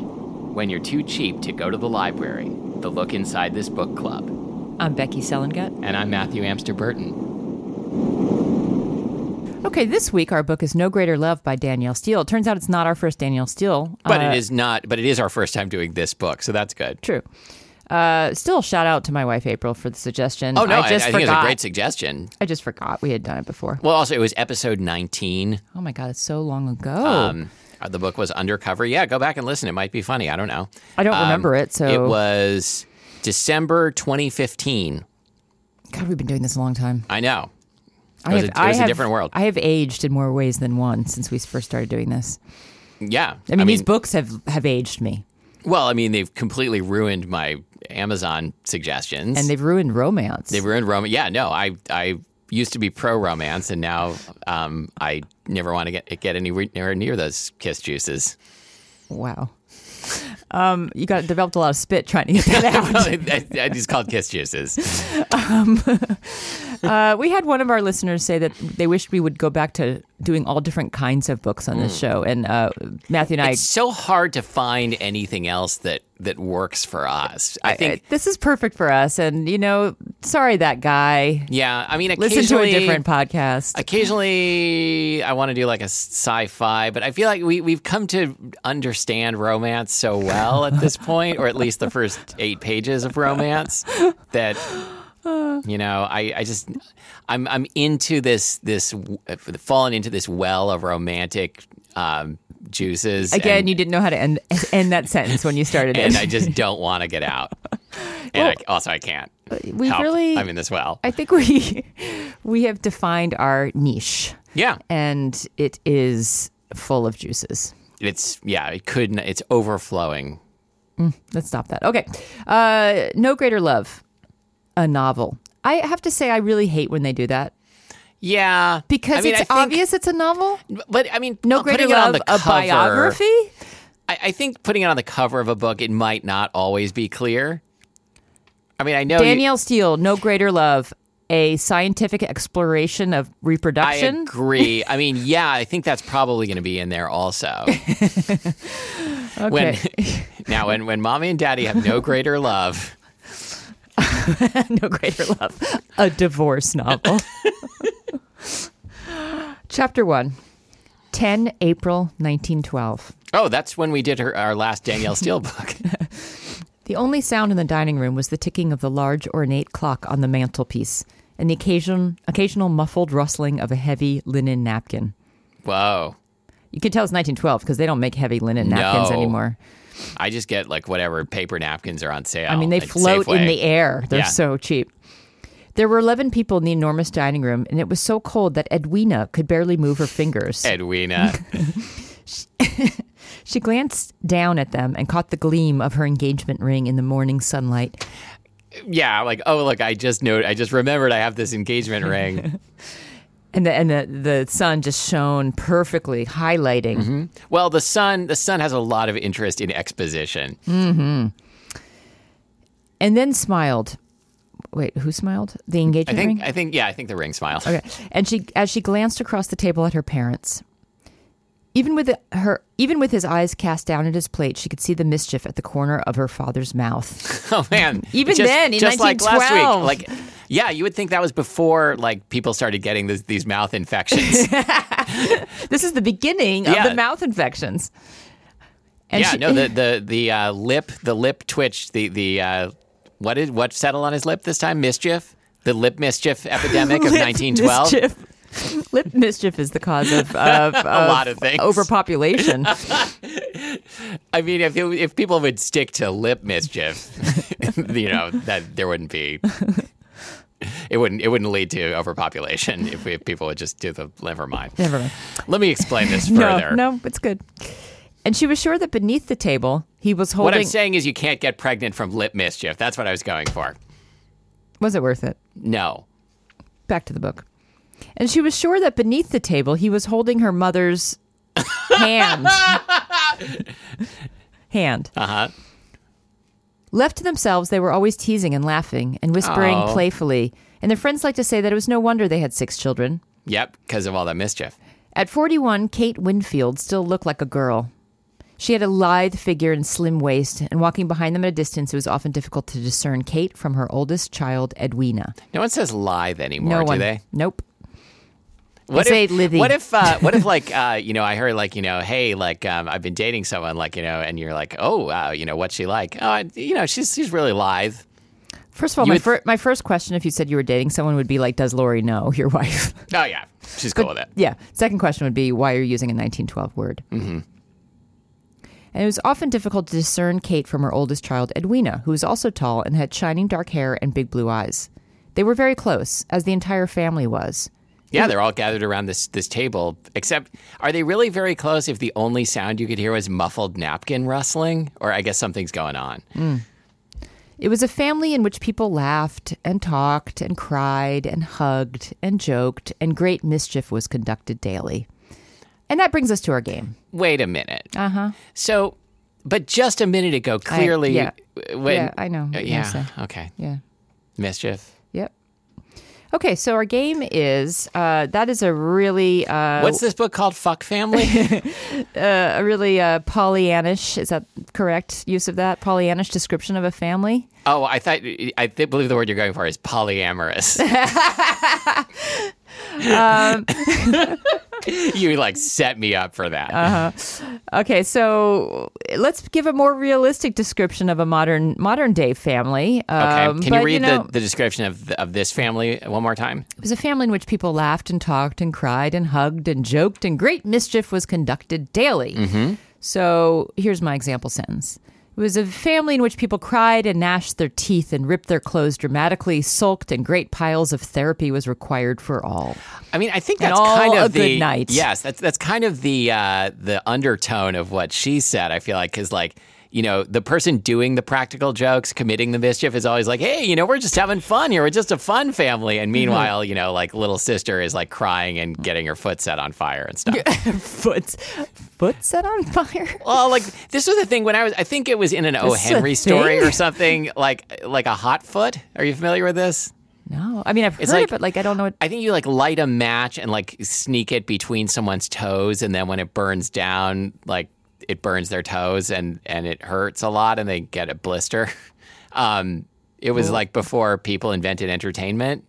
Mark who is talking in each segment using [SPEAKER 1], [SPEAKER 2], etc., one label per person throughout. [SPEAKER 1] when you're too cheap to go to the library, the look inside this book club.
[SPEAKER 2] I'm Becky Selengut.
[SPEAKER 1] And I'm Matthew Amster Burton.
[SPEAKER 2] Okay, this week our book is No Greater Love by Danielle Steele. It turns out it's not our first Danielle Steele.
[SPEAKER 1] But
[SPEAKER 2] Uh,
[SPEAKER 1] it is not, but it is our first time doing this book, so that's good.
[SPEAKER 2] True. Uh, still, shout out to my wife April for the suggestion.
[SPEAKER 1] Oh, no, I,
[SPEAKER 2] I just
[SPEAKER 1] I
[SPEAKER 2] forgot.
[SPEAKER 1] think it's a great suggestion.
[SPEAKER 2] I just forgot we had done it before.
[SPEAKER 1] Well, also, it was episode 19.
[SPEAKER 2] Oh my god, it's so long ago.
[SPEAKER 1] Um, uh, the book was Undercover. Yeah, go back and listen. It might be funny. I don't know. Um,
[SPEAKER 2] I don't remember it, so-
[SPEAKER 1] It was December 2015.
[SPEAKER 2] god, we've been doing this a long time.
[SPEAKER 1] I know.
[SPEAKER 2] I
[SPEAKER 1] was
[SPEAKER 2] have-
[SPEAKER 1] a- it
[SPEAKER 2] I
[SPEAKER 1] was a
[SPEAKER 2] have-
[SPEAKER 1] different world.
[SPEAKER 2] I have aged in more ways than one since we first started doing this.
[SPEAKER 1] Yeah.
[SPEAKER 2] I mean, these books have have aged me,
[SPEAKER 1] well, I mean, they've completely ruined my Amazon suggestions.
[SPEAKER 2] and they've ruined romance.
[SPEAKER 1] They ruined romance. Yeah, no, I I used to be pro romance, and now um, I never want to get get anywhere near those kiss juices.
[SPEAKER 2] wow. Um, you got developed a lot of spit trying to get that out.
[SPEAKER 1] it's called kiss juices.
[SPEAKER 2] Uh, we had one of our listeners say that they wished we would go back to doing all different kinds of books on this show, and uh, Matthew and I.
[SPEAKER 1] Mm. It's so hard to find anything else that that works for us. I think.
[SPEAKER 2] uh, this is perfect for us, and you know, sorry that guy.
[SPEAKER 1] yeah, I mean,
[SPEAKER 2] Listen to a
[SPEAKER 1] occasionally-
[SPEAKER 2] different podcast.
[SPEAKER 1] Occasionally, I want to do like a sci-fi, but I feel like we we've come to understand romance so well at this point, or at least the first eight pages of romance, that you know, I, I just I'm I'm into this this uh, fallen into this well of romantic um, juices
[SPEAKER 2] Again,
[SPEAKER 1] and,
[SPEAKER 2] you didn't know how to end end that sentence when you started it.
[SPEAKER 1] and I just don't want to get out, and I, also I can't.
[SPEAKER 2] we
[SPEAKER 1] help.
[SPEAKER 2] really-
[SPEAKER 1] I'm in this well.
[SPEAKER 2] I think we we have defined our niche,
[SPEAKER 1] yeah,
[SPEAKER 2] and it is full of juices.
[SPEAKER 1] it's yeah, it could not it's overflowing.
[SPEAKER 2] Let's stop that. Okay, uh, no greater love, a novel. I have to say, I really hate when they do that
[SPEAKER 1] Yeah, I
[SPEAKER 2] because
[SPEAKER 1] mean,
[SPEAKER 2] it's
[SPEAKER 1] I think-
[SPEAKER 2] obvious it's a novel. Oh,
[SPEAKER 1] But I mean,
[SPEAKER 2] No
[SPEAKER 1] uh,
[SPEAKER 2] greater
[SPEAKER 1] putting it on
[SPEAKER 2] love,
[SPEAKER 1] the
[SPEAKER 2] a
[SPEAKER 1] cover,
[SPEAKER 2] biography.
[SPEAKER 1] I, I think putting it on the cover of a book, it might not always be clear. I mean, I know you-
[SPEAKER 2] Danielle Steele, no greater love, a scientific exploration of
[SPEAKER 1] I
[SPEAKER 2] reproduction.
[SPEAKER 1] agree. I mean, yeah, I think that's probably going to be in there also. When now, when when mommy and daddy have no greater love,
[SPEAKER 2] no greater love, a divorce novel. Chapter one. 10 April 1912.
[SPEAKER 1] oh, that's when we did her our last Danielle Steele book.
[SPEAKER 2] The only sound in the dining room was the ticking of the large ornate clock on the mantelpiece and the occasion, occasional muffled rustling of a heavy linen napkin.
[SPEAKER 1] Whoa,
[SPEAKER 2] You could tell it's 1912 because they don't make heavy linen napkins
[SPEAKER 1] No.
[SPEAKER 2] anymore.
[SPEAKER 1] I just get like whatever paper napkins are on sale.
[SPEAKER 2] I mean, they
[SPEAKER 1] at
[SPEAKER 2] float in
[SPEAKER 1] Safeway.
[SPEAKER 2] the air. They're
[SPEAKER 1] Yeah.
[SPEAKER 2] so cheap. There were 11 people in the enormous dining room, and it was so cold that Edwina could barely move her fingers.
[SPEAKER 1] Eh. Edwina.
[SPEAKER 2] she glanced down at them and caught the gleam of her engagement ring in the morning sunlight.
[SPEAKER 1] yeah, like oh look, I just know I just remembered I have this engagement ring.
[SPEAKER 2] And the, and the, the sun just shone perfectly, highlighting.
[SPEAKER 1] Well, the sun the sun has a lot of interest in exposition.
[SPEAKER 2] And then smiled. Wait, who smiled? The engagement
[SPEAKER 1] I think
[SPEAKER 2] ring?
[SPEAKER 1] I think yeah, I think the ring smiles.
[SPEAKER 2] Mm-hmm. Okay. And she as she glanced across the table at her parents. Even with her even with his eyes cast down at his plate, she could see the mischief at the corner of her father's mouth.
[SPEAKER 1] Oh man.
[SPEAKER 2] Even
[SPEAKER 1] just,
[SPEAKER 2] then, in
[SPEAKER 1] just like last
[SPEAKER 2] 1912.
[SPEAKER 1] week. Like yeah, you would think that was before like people started getting this, these mouth infections.
[SPEAKER 2] This is the beginning of
[SPEAKER 1] Yeah.
[SPEAKER 2] the mouth infections. And
[SPEAKER 1] yeah,
[SPEAKER 2] she,
[SPEAKER 1] no, the the the uh, lip the lip twitch the the uh, what did what settled on his lip this time? Mischief. The lip mischief epidemic of
[SPEAKER 2] Lip
[SPEAKER 1] 1912.
[SPEAKER 2] mischief. Lip mischief is the cause of, of, of
[SPEAKER 1] A lot of things.
[SPEAKER 2] overpopulation.
[SPEAKER 1] I mean, if it, if people would stick to lip mischief, you know, that there wouldn't be. It wouldn't. It wouldn't lead to overpopulation if, we, if people would just do the. Never mind.
[SPEAKER 2] Never mind.
[SPEAKER 1] Let me explain this
[SPEAKER 2] No,
[SPEAKER 1] further.
[SPEAKER 2] no, it's good. And she was sure that beneath the table he was
[SPEAKER 1] What I'm
[SPEAKER 2] holding.
[SPEAKER 1] saying is, you can't get pregnant from lip mischief. That's what I was going for.
[SPEAKER 2] was it worth it?
[SPEAKER 1] No.
[SPEAKER 2] back to the book. And she was sure that beneath the table he was holding her mother's hand. hand.
[SPEAKER 1] Uh huh.
[SPEAKER 2] Left to themselves, they were always teasing and laughing and whispering
[SPEAKER 1] Aw.
[SPEAKER 2] playfully. And their friends liked to say that it was no wonder they had six children.
[SPEAKER 1] Yep. Because of all that mischief.
[SPEAKER 2] At 41, Kate Winfield still looked like a girl. She had a lithe figure and slim waist, and walking behind them at a distance, it was often difficult to discern Kate from her oldest child, Edwina.
[SPEAKER 1] No one says lithe anymore,
[SPEAKER 2] No
[SPEAKER 1] do
[SPEAKER 2] one.
[SPEAKER 1] they?
[SPEAKER 2] Nope.
[SPEAKER 1] What
[SPEAKER 2] say
[SPEAKER 1] if,
[SPEAKER 2] lithy.
[SPEAKER 1] What if, uh, what if, like, uh, you know, I heard, like, you know, hey, like, um, I've been dating someone, like, you know, and you're like, oh, wow, you know, what's she like? Oh, I, you know, she's she's really lithe.
[SPEAKER 2] First of all,
[SPEAKER 1] You
[SPEAKER 2] my,
[SPEAKER 1] would-
[SPEAKER 2] fir- my first question, if you said you were dating someone, would be like, "Does Lori know your wife?"
[SPEAKER 1] Oh yeah, she's cool with it.
[SPEAKER 2] yeah. Second question would be, "Why are you using a 1912 word?" Mm-hmm. And it was often difficult to discern Kate from her oldest child, Edwina, who was also tall and had shining dark hair and big blue eyes. They were very close, as the entire family was.
[SPEAKER 1] Yeah, they're all gathered around this this table. Except, are they really very close? If the only sound you could hear was muffled napkin rustling, or I guess something's going on.
[SPEAKER 2] It was a family in which people laughed and talked and cried and hugged and joked, and great mischief was conducted daily. And that brings us to our game.
[SPEAKER 1] Wait a minute. Uh huh. So, but just a minute ago, clearly,
[SPEAKER 2] Uh-huh. yeah.
[SPEAKER 1] when-
[SPEAKER 2] yeah, I know. what
[SPEAKER 1] Uh, yeah.
[SPEAKER 2] you're gonna say.
[SPEAKER 1] Okay.
[SPEAKER 2] Yeah.
[SPEAKER 1] Mischief.
[SPEAKER 2] Yep. Okay, so our game is uh, that is a really uh,
[SPEAKER 1] What's this book called? Fuck Family.
[SPEAKER 2] a really uh, Pollyannish is that correct use of that Pollyannish description of a family?
[SPEAKER 1] oh, I thought I th- believe the word you're going for is polyamorous.
[SPEAKER 2] Um,
[SPEAKER 1] you like set me up for that.
[SPEAKER 2] Uh-huh. Okay, so let's give a more realistic description of a modern modern day family.
[SPEAKER 1] Okay.
[SPEAKER 2] Um,
[SPEAKER 1] Can
[SPEAKER 2] but,
[SPEAKER 1] you read
[SPEAKER 2] know-
[SPEAKER 1] the, the description of th of this family one more time?
[SPEAKER 2] It was a family in which people laughed and talked and cried and hugged and joked, and great mischief was conducted daily.
[SPEAKER 1] Mm-hmm.
[SPEAKER 2] So here's my example sentence. It was a family in which people cried and gnashed their teeth and ripped their clothes dramatically, sulked, and great piles of therapy was required for all.
[SPEAKER 1] I mean, I think
[SPEAKER 2] And
[SPEAKER 1] that's
[SPEAKER 2] all
[SPEAKER 1] kind of
[SPEAKER 2] a good
[SPEAKER 1] the
[SPEAKER 2] night.
[SPEAKER 1] yes. That's that's kind of the uh, the undertone of what she said. I feel like because like you know the person doing the practical jokes, committing the mischief, is always like, hey, you know, we're just having fun here. We're just a fun family.
[SPEAKER 2] Mm-hmm.
[SPEAKER 1] And meanwhile, you know, like little sister is like crying and getting her foot set on fire and stuff.
[SPEAKER 2] Foot, foot set on fire.
[SPEAKER 1] Well, like this was the thing when I was. I think it was in an O.
[SPEAKER 2] This is a
[SPEAKER 1] Henry story
[SPEAKER 2] thing?
[SPEAKER 1] or something like like a hot foot. Are you familiar with this?
[SPEAKER 2] No, I mean I've heard
[SPEAKER 1] like-
[SPEAKER 2] it, but like I don't know. What,
[SPEAKER 1] I think you like light a match and like sneak it between someone's toes, and then when it burns down, like it burns their toes and and it hurts a lot, and they get a blister. Um, it was like before people invented entertainment.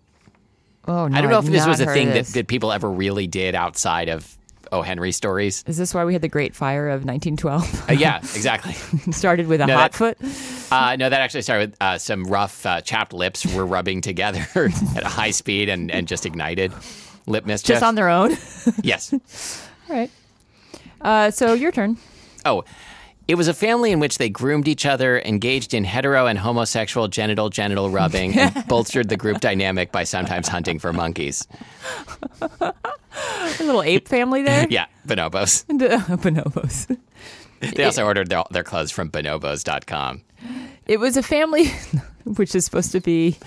[SPEAKER 2] oh no,
[SPEAKER 1] I don't know if
[SPEAKER 2] I've
[SPEAKER 1] this
[SPEAKER 2] not
[SPEAKER 1] was a
[SPEAKER 2] heard
[SPEAKER 1] thing
[SPEAKER 2] of
[SPEAKER 1] that,
[SPEAKER 2] this.
[SPEAKER 1] that people ever really did outside of O. Henry stories.
[SPEAKER 2] Is this why we had the Great Fire of 1912?
[SPEAKER 1] Uh, yeah, exactly.
[SPEAKER 2] Started with a
[SPEAKER 1] No,
[SPEAKER 2] hot
[SPEAKER 1] that-
[SPEAKER 2] foot.
[SPEAKER 1] Uh, no, that actually started with uh, some rough uh, chapped lips were rubbing together at a high speed and, and just ignited lip mischief.
[SPEAKER 2] just on their own.
[SPEAKER 1] yes.
[SPEAKER 2] All right. Uh, so your turn.
[SPEAKER 1] Oh, it was a family in which they groomed each other, engaged in hetero and homosexual genital genital rubbing, and bolstered the group dynamic by sometimes hunting for monkeys.
[SPEAKER 2] A little ape family there.
[SPEAKER 1] Yeah, bonobos.
[SPEAKER 2] Bonobos.
[SPEAKER 1] They also ordered their, their clothes from bonobos.com.
[SPEAKER 2] It was a family, which is supposed to be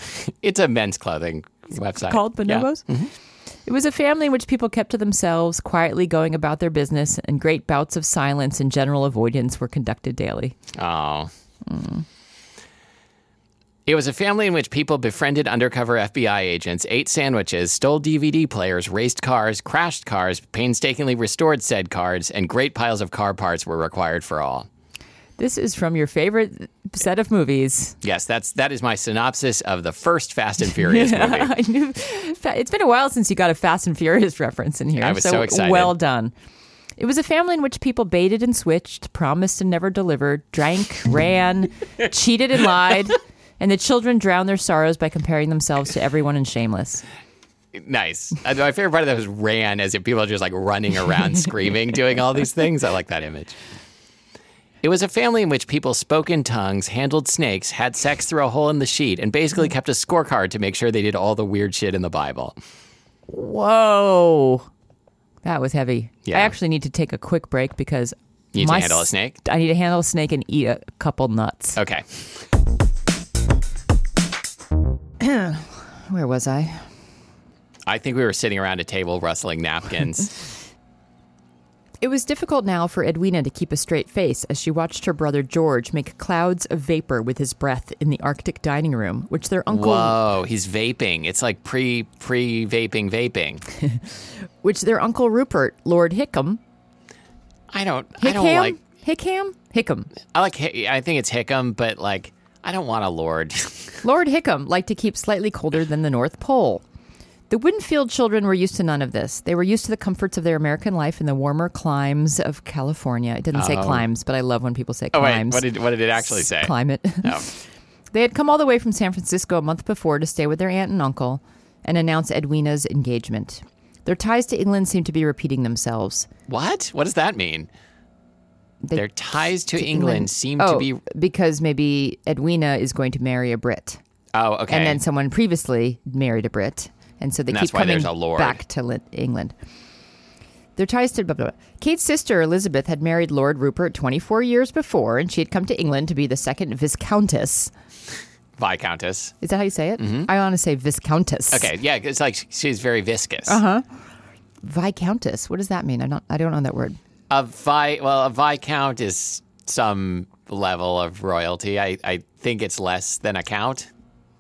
[SPEAKER 1] It's a men's clothing website.
[SPEAKER 2] called
[SPEAKER 1] Yeah. Mm-hmm.
[SPEAKER 2] bonobos. It was a family in which people kept to themselves, quietly going about their business, and great bouts of silence and general avoidance were conducted daily.
[SPEAKER 1] Oh. It was a family in which people befriended undercover FBI agents, ate sandwiches, stole DVD players, raced cars, crashed cars, painstakingly restored said cars, and great piles of car parts were required for all.
[SPEAKER 2] This is from your favorite set of movies.
[SPEAKER 1] Yes, that's that is my synopsis of the first Fast and Furious movie.
[SPEAKER 2] I knew it's been a while since you got a Fast and Furious reference in here.
[SPEAKER 1] I was so excited.
[SPEAKER 2] Well done. It was a family in which people baited and switched, promised and never delivered, drank, ran, cheated and lied, and the children drowned their sorrows by comparing themselves to everyone in Shameless.
[SPEAKER 1] Nice. Uh, My favorite part of that was ran, as if people are just like running around screaming, doing all these things. I like that image. It was a family in which people spoke in tongues, handled snakes, had sex through a hole in the sheet, and basically kept a scorecard to make sure they did all the weird shit in the Bible.
[SPEAKER 2] Whoa, that was heavy.
[SPEAKER 1] Yeah.
[SPEAKER 2] I actually need to take a quick break because
[SPEAKER 1] You need to
[SPEAKER 2] my
[SPEAKER 1] handle a
[SPEAKER 2] s-
[SPEAKER 1] snake?
[SPEAKER 2] I need to handle a snake and eat a couple nuts.
[SPEAKER 1] Okay.
[SPEAKER 2] Where was I?
[SPEAKER 1] I think we were sitting around a table rustling napkins.
[SPEAKER 2] It was difficult now for Edwina to keep a straight face as she watched her brother George make clouds of vapor with his breath in the Arctic dining room, which their uncle
[SPEAKER 1] Whoa, he's vaping. It's like pre pre vaping vaping.
[SPEAKER 2] which their uncle Rupert, Lord Hickam,
[SPEAKER 1] I don't I don't
[SPEAKER 2] Hickam,
[SPEAKER 1] like
[SPEAKER 2] Hickam? Hickam.
[SPEAKER 1] I like. Hi- I think it's Hickam, but like, I don't want a lord.
[SPEAKER 2] Lord Hickam liked to keep slightly colder than the North Pole. The Winfield children were used to none of this. They were used to the comforts of their American life in the warmer climes of California. It didn't say climes, but I love when people say
[SPEAKER 1] oh wait,
[SPEAKER 2] climes.
[SPEAKER 1] what did what did it actually say?
[SPEAKER 2] Climate.
[SPEAKER 1] Oh.
[SPEAKER 2] They had come all the way from San Francisco a month before to stay with their aunt and uncle and announce Edwina's engagement. Their ties to England seemed to be repeating themselves.
[SPEAKER 1] What? What does that mean?
[SPEAKER 2] They-
[SPEAKER 1] Their ties to, England, seem
[SPEAKER 2] oh,
[SPEAKER 1] to be.
[SPEAKER 2] because maybe Edwina is going to marry a Brit,
[SPEAKER 1] Oh, okay.
[SPEAKER 2] and then someone previously married a Brit, and so they
[SPEAKER 1] And
[SPEAKER 2] keep
[SPEAKER 1] that's why
[SPEAKER 2] coming
[SPEAKER 1] there's a lord.
[SPEAKER 2] back to Lit- England. Their ties to blah, blah, blah. Kate's sister Elizabeth had married Lord Rupert 24 years before, and she had come to England to be the second viscountess.
[SPEAKER 1] Viscountess.
[SPEAKER 2] Is that how you say it? I want to say viscountess.
[SPEAKER 1] Mm-hmm. Okay, yeah, it's like she's very viscous.
[SPEAKER 2] Uh-huh. Viscountess. What does that mean? I'm not. I don't know that word.
[SPEAKER 1] A vi well, a viscount is some level of royalty. I, I think it's less than a count.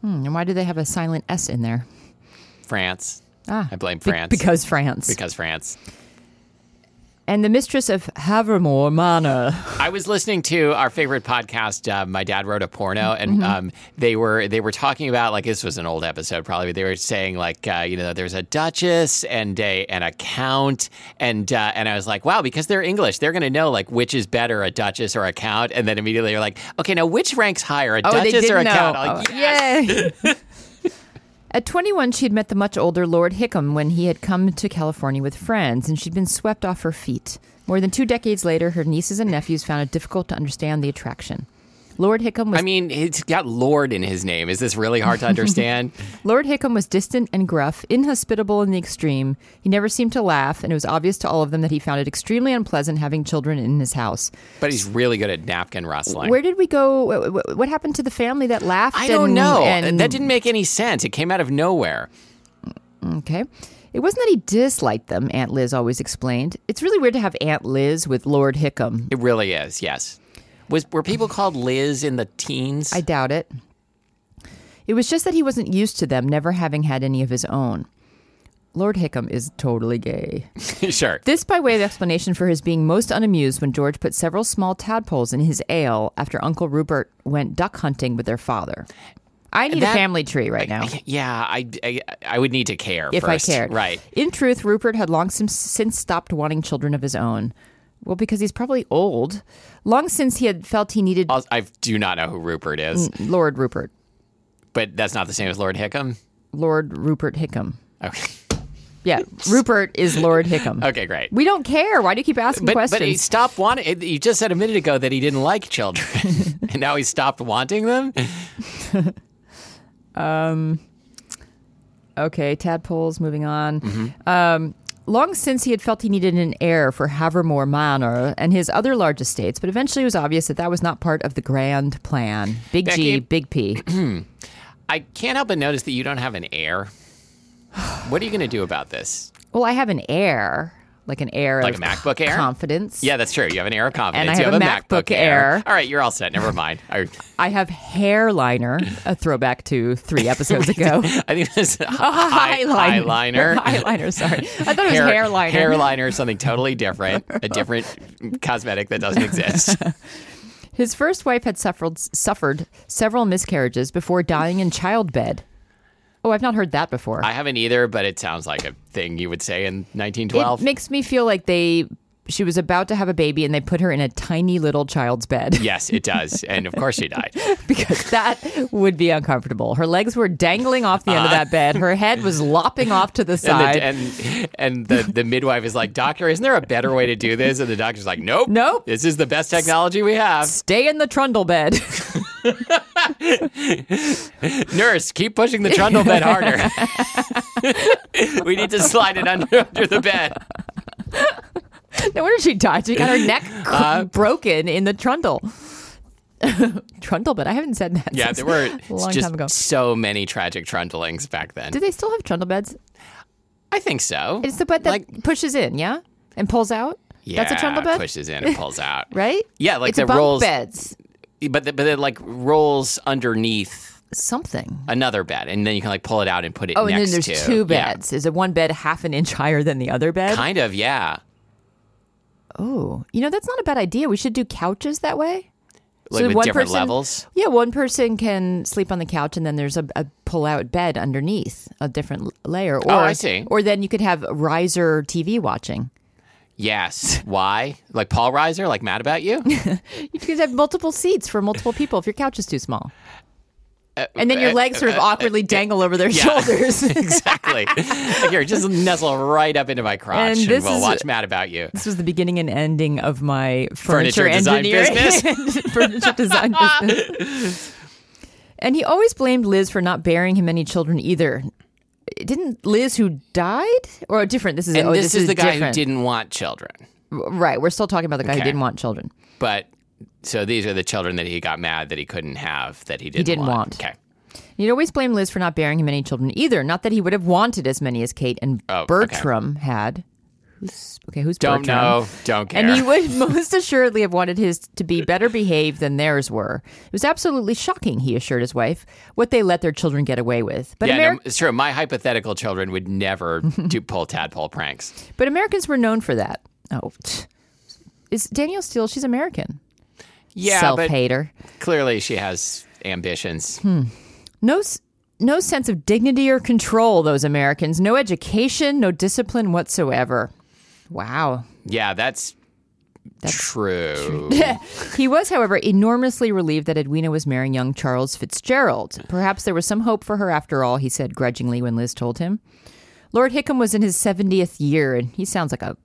[SPEAKER 2] Hmm, And why do they have a silent S in there?
[SPEAKER 1] France.
[SPEAKER 2] Ah,
[SPEAKER 1] I blame
[SPEAKER 2] Be-
[SPEAKER 1] France
[SPEAKER 2] because France.
[SPEAKER 1] because France.
[SPEAKER 2] and the mistress of Havermore Manor.
[SPEAKER 1] I was listening to our favorite podcast. Uh, my dad wrote a porno,
[SPEAKER 2] Mm-hmm.
[SPEAKER 1] and um, they were they were talking about like this was an old episode probably. But they were saying like uh, you know there's a duchess and a and a count, and uh, and I was like wow because they're English they're gonna know like which is better a duchess or a count, and then immediately you're like okay now which ranks higher a
[SPEAKER 2] Oh, they
[SPEAKER 1] duchess
[SPEAKER 2] did
[SPEAKER 1] or a
[SPEAKER 2] know.
[SPEAKER 1] count? I'm like,
[SPEAKER 2] Oh, Yay! At 21, she'd met the much older Lord Hickam when he had come to California with friends, and she'd been swept off her feet. More than two decades later, her nieces and nephews found it difficult to understand the attraction. Lord Hickam was
[SPEAKER 1] I mean, it's got Lord in his name. Is this really hard to understand?
[SPEAKER 2] Lord Hickam was distant and gruff, inhospitable in the extreme. He never seemed to laugh, and it was obvious to all of them that he found it extremely unpleasant having children in his house.
[SPEAKER 1] but he's really good at napkin rustling.
[SPEAKER 2] Where did we go? wh- wh- What happened to the family that laughed?
[SPEAKER 1] I don't
[SPEAKER 2] and-
[SPEAKER 1] know.
[SPEAKER 2] and-
[SPEAKER 1] that didn't make any sense. It came out of nowhere.
[SPEAKER 2] Okay. It wasn't that he disliked them, Aunt Liz always explained. It's really weird to have Aunt Liz with Lord Hickam.
[SPEAKER 1] It really is. Yes. Was were people called Liz in the teens?
[SPEAKER 2] I doubt it. It was just that he wasn't used to them, never having had any of his own. Lord Hickam is totally gay.
[SPEAKER 1] sure.
[SPEAKER 2] This by way of explanation for his being most unamused when George put several small tadpoles in his ale after Uncle Rupert went duck hunting with their father. I need
[SPEAKER 1] That-
[SPEAKER 2] a family tree right now.
[SPEAKER 1] Yeah, I, I I would need to care
[SPEAKER 2] if
[SPEAKER 1] first.
[SPEAKER 2] I cared.
[SPEAKER 1] Right.
[SPEAKER 2] In truth, Rupert had long since, since stopped wanting children of his own. Well, because he's probably old. Long since he had felt he needed
[SPEAKER 1] I'll, I do not know who Rupert
[SPEAKER 2] Mm.
[SPEAKER 1] is,
[SPEAKER 2] Lord Rupert,
[SPEAKER 1] but that's not the same as Lord Hickam.
[SPEAKER 2] Lord Rupert Hickam.
[SPEAKER 1] Okay.
[SPEAKER 2] Yeah, Rupert is Lord Hickam.
[SPEAKER 1] Okay, great.
[SPEAKER 2] We don't care. Why do you keep asking
[SPEAKER 1] But,
[SPEAKER 2] questions?
[SPEAKER 1] but he stopped wanting. You just said a minute ago that he didn't like children, and now he stopped wanting them.
[SPEAKER 2] Okay, tadpoles, moving on. Um, long since he had felt he needed an heir for Havermore Manor and his other large estates, but eventually it was obvious that that was not part of the grand plan. Big G,
[SPEAKER 1] Becky?
[SPEAKER 2] big P.
[SPEAKER 1] I can't help but notice that you don't have an heir. What are you going to do about this?
[SPEAKER 2] Well, I have an air, like an air
[SPEAKER 1] Like
[SPEAKER 2] of
[SPEAKER 1] a MacBook Air?
[SPEAKER 2] confidence.
[SPEAKER 1] Yeah, that's true. You have an heir of confidence.
[SPEAKER 2] I
[SPEAKER 1] you have
[SPEAKER 2] have a MacBook Air.
[SPEAKER 1] All right, you're all set. Never mind. I,
[SPEAKER 2] I have hair liner, a throwback to three episodes ago.
[SPEAKER 1] I think that's
[SPEAKER 2] High
[SPEAKER 1] high, eyeliner.
[SPEAKER 2] Eyeliner, sorry. I thought it was hair, liner.
[SPEAKER 1] hairliner is something totally different, a different cosmetic that doesn't exist.
[SPEAKER 2] His first wife had suffered suffered several miscarriages before dying in childbed. Oh, I've not heard that before.
[SPEAKER 1] I haven't either, but it sounds like a thing you would say in
[SPEAKER 2] it
[SPEAKER 1] 1912.
[SPEAKER 2] makes me feel like they she was about to have a baby and they put her in a tiny little child's bed
[SPEAKER 1] yes, it does. And of course she died.
[SPEAKER 2] because that would be uncomfortable. Her legs were dangling off the end of that bed. Her head was lopping off to the
[SPEAKER 1] Uh-huh. And
[SPEAKER 2] side.
[SPEAKER 1] the, and, and the, the midwife is like, Doctor, isn't there a better way to do this? And the doctor's like, Nope.
[SPEAKER 2] Nope.
[SPEAKER 1] This is the best technology we have.
[SPEAKER 2] Stay in the trundle bed.
[SPEAKER 1] Nurse, keep pushing the trundle bed harder. we need to slide it under, under the bed.
[SPEAKER 2] No wonder she died. She got her neck
[SPEAKER 1] Uh,
[SPEAKER 2] broken in the trundle. trundle bed. I haven't said that.
[SPEAKER 1] Yeah,
[SPEAKER 2] since
[SPEAKER 1] there were
[SPEAKER 2] a long
[SPEAKER 1] just
[SPEAKER 2] time ago.
[SPEAKER 1] so many tragic trundlings back then.
[SPEAKER 2] Do they still have trundle beds?
[SPEAKER 1] I think so.
[SPEAKER 2] It's the bed that
[SPEAKER 1] Like-
[SPEAKER 2] pushes in, yeah, and pulls out. That's a trundle
[SPEAKER 1] Yeah,
[SPEAKER 2] bed,
[SPEAKER 1] Pushes in and pulls out.
[SPEAKER 2] right?
[SPEAKER 1] Yeah, like
[SPEAKER 2] it's
[SPEAKER 1] the
[SPEAKER 2] bunk
[SPEAKER 1] rolls,
[SPEAKER 2] beds.
[SPEAKER 1] but the, but it like rolls underneath
[SPEAKER 2] Something.
[SPEAKER 1] another bed, and then you can like pull it out and put it.
[SPEAKER 2] Oh,
[SPEAKER 1] next
[SPEAKER 2] and then there's
[SPEAKER 1] to.
[SPEAKER 2] two
[SPEAKER 1] Yeah.
[SPEAKER 2] beds. Is it one bed half an inch higher than the other bed?
[SPEAKER 1] Kind of, yeah.
[SPEAKER 2] Oh, you know that's not a bad idea. We should do couches that way.
[SPEAKER 1] Like with different levels?
[SPEAKER 2] Yeah, one person can sleep on the couch, and then there's a, a pull-out bed underneath a different l- layer. Or,
[SPEAKER 1] Oh, I see.
[SPEAKER 2] Or then you could have riser TV watching.
[SPEAKER 1] Yes. Why? Like Paul Reiser? Like mad about you?
[SPEAKER 2] You could have multiple seats for multiple people if your couch is too small. and then your
[SPEAKER 1] uh,
[SPEAKER 2] legs sort of awkwardly dangle over their
[SPEAKER 1] yeah.
[SPEAKER 2] shoulders.
[SPEAKER 1] exactly. Like, here, just nestle right up into my crotch,
[SPEAKER 2] And
[SPEAKER 1] and,
[SPEAKER 2] this
[SPEAKER 1] we'll
[SPEAKER 2] is-
[SPEAKER 1] watch Mad About You.
[SPEAKER 2] This was the beginning and ending of my furniture,
[SPEAKER 1] Furniture design
[SPEAKER 2] engineering furniture design business. And he always blamed Liz for not bearing him any children either. Didn't Liz who died or different? This is
[SPEAKER 1] And
[SPEAKER 2] oh,
[SPEAKER 1] this, is, the guy
[SPEAKER 2] different.
[SPEAKER 1] who didn't want children,
[SPEAKER 2] Right, we're still talking about the guy who
[SPEAKER 1] Okay.
[SPEAKER 2] didn't want children.
[SPEAKER 1] but so these are the children that he got mad that he couldn't have that he didn't.
[SPEAKER 2] didn't want.
[SPEAKER 1] Okay.
[SPEAKER 2] You'd always blame Liz for not bearing him any children either. Not that he would have wanted as many as Kate and
[SPEAKER 1] Oh, okay.
[SPEAKER 2] Bertram had. Who's okay? Who's
[SPEAKER 1] Don't
[SPEAKER 2] Bertram?
[SPEAKER 1] know. Don't care.
[SPEAKER 2] And he would most assuredly have wanted his to be better behaved than theirs were. It was absolutely shocking, he assured his wife, what they let their children get away with. But,
[SPEAKER 1] yeah,
[SPEAKER 2] Ameri-
[SPEAKER 1] no, it's true. My hypothetical children would never do pull tadpole pranks.
[SPEAKER 2] but Americans were known for that. Oh, tch. is Danielle Steele? She's American.
[SPEAKER 1] Yeah,
[SPEAKER 2] Self
[SPEAKER 1] but
[SPEAKER 2] hater.
[SPEAKER 1] clearly she has ambitions.
[SPEAKER 2] Hmm. No. s- No sense of dignity or control, those Americans. No education, no discipline whatsoever. Wow.
[SPEAKER 1] Yeah, that's, true.
[SPEAKER 2] he was, however, enormously relieved that Edwina was marrying young Charles Fitzgerald. Perhaps there was some hope for her after all, he said grudgingly when Liz told him. Lord Hickam was in his 70th year, and he sounds like a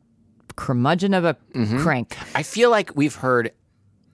[SPEAKER 2] curmudgeon of a crank.
[SPEAKER 1] I feel like we've heard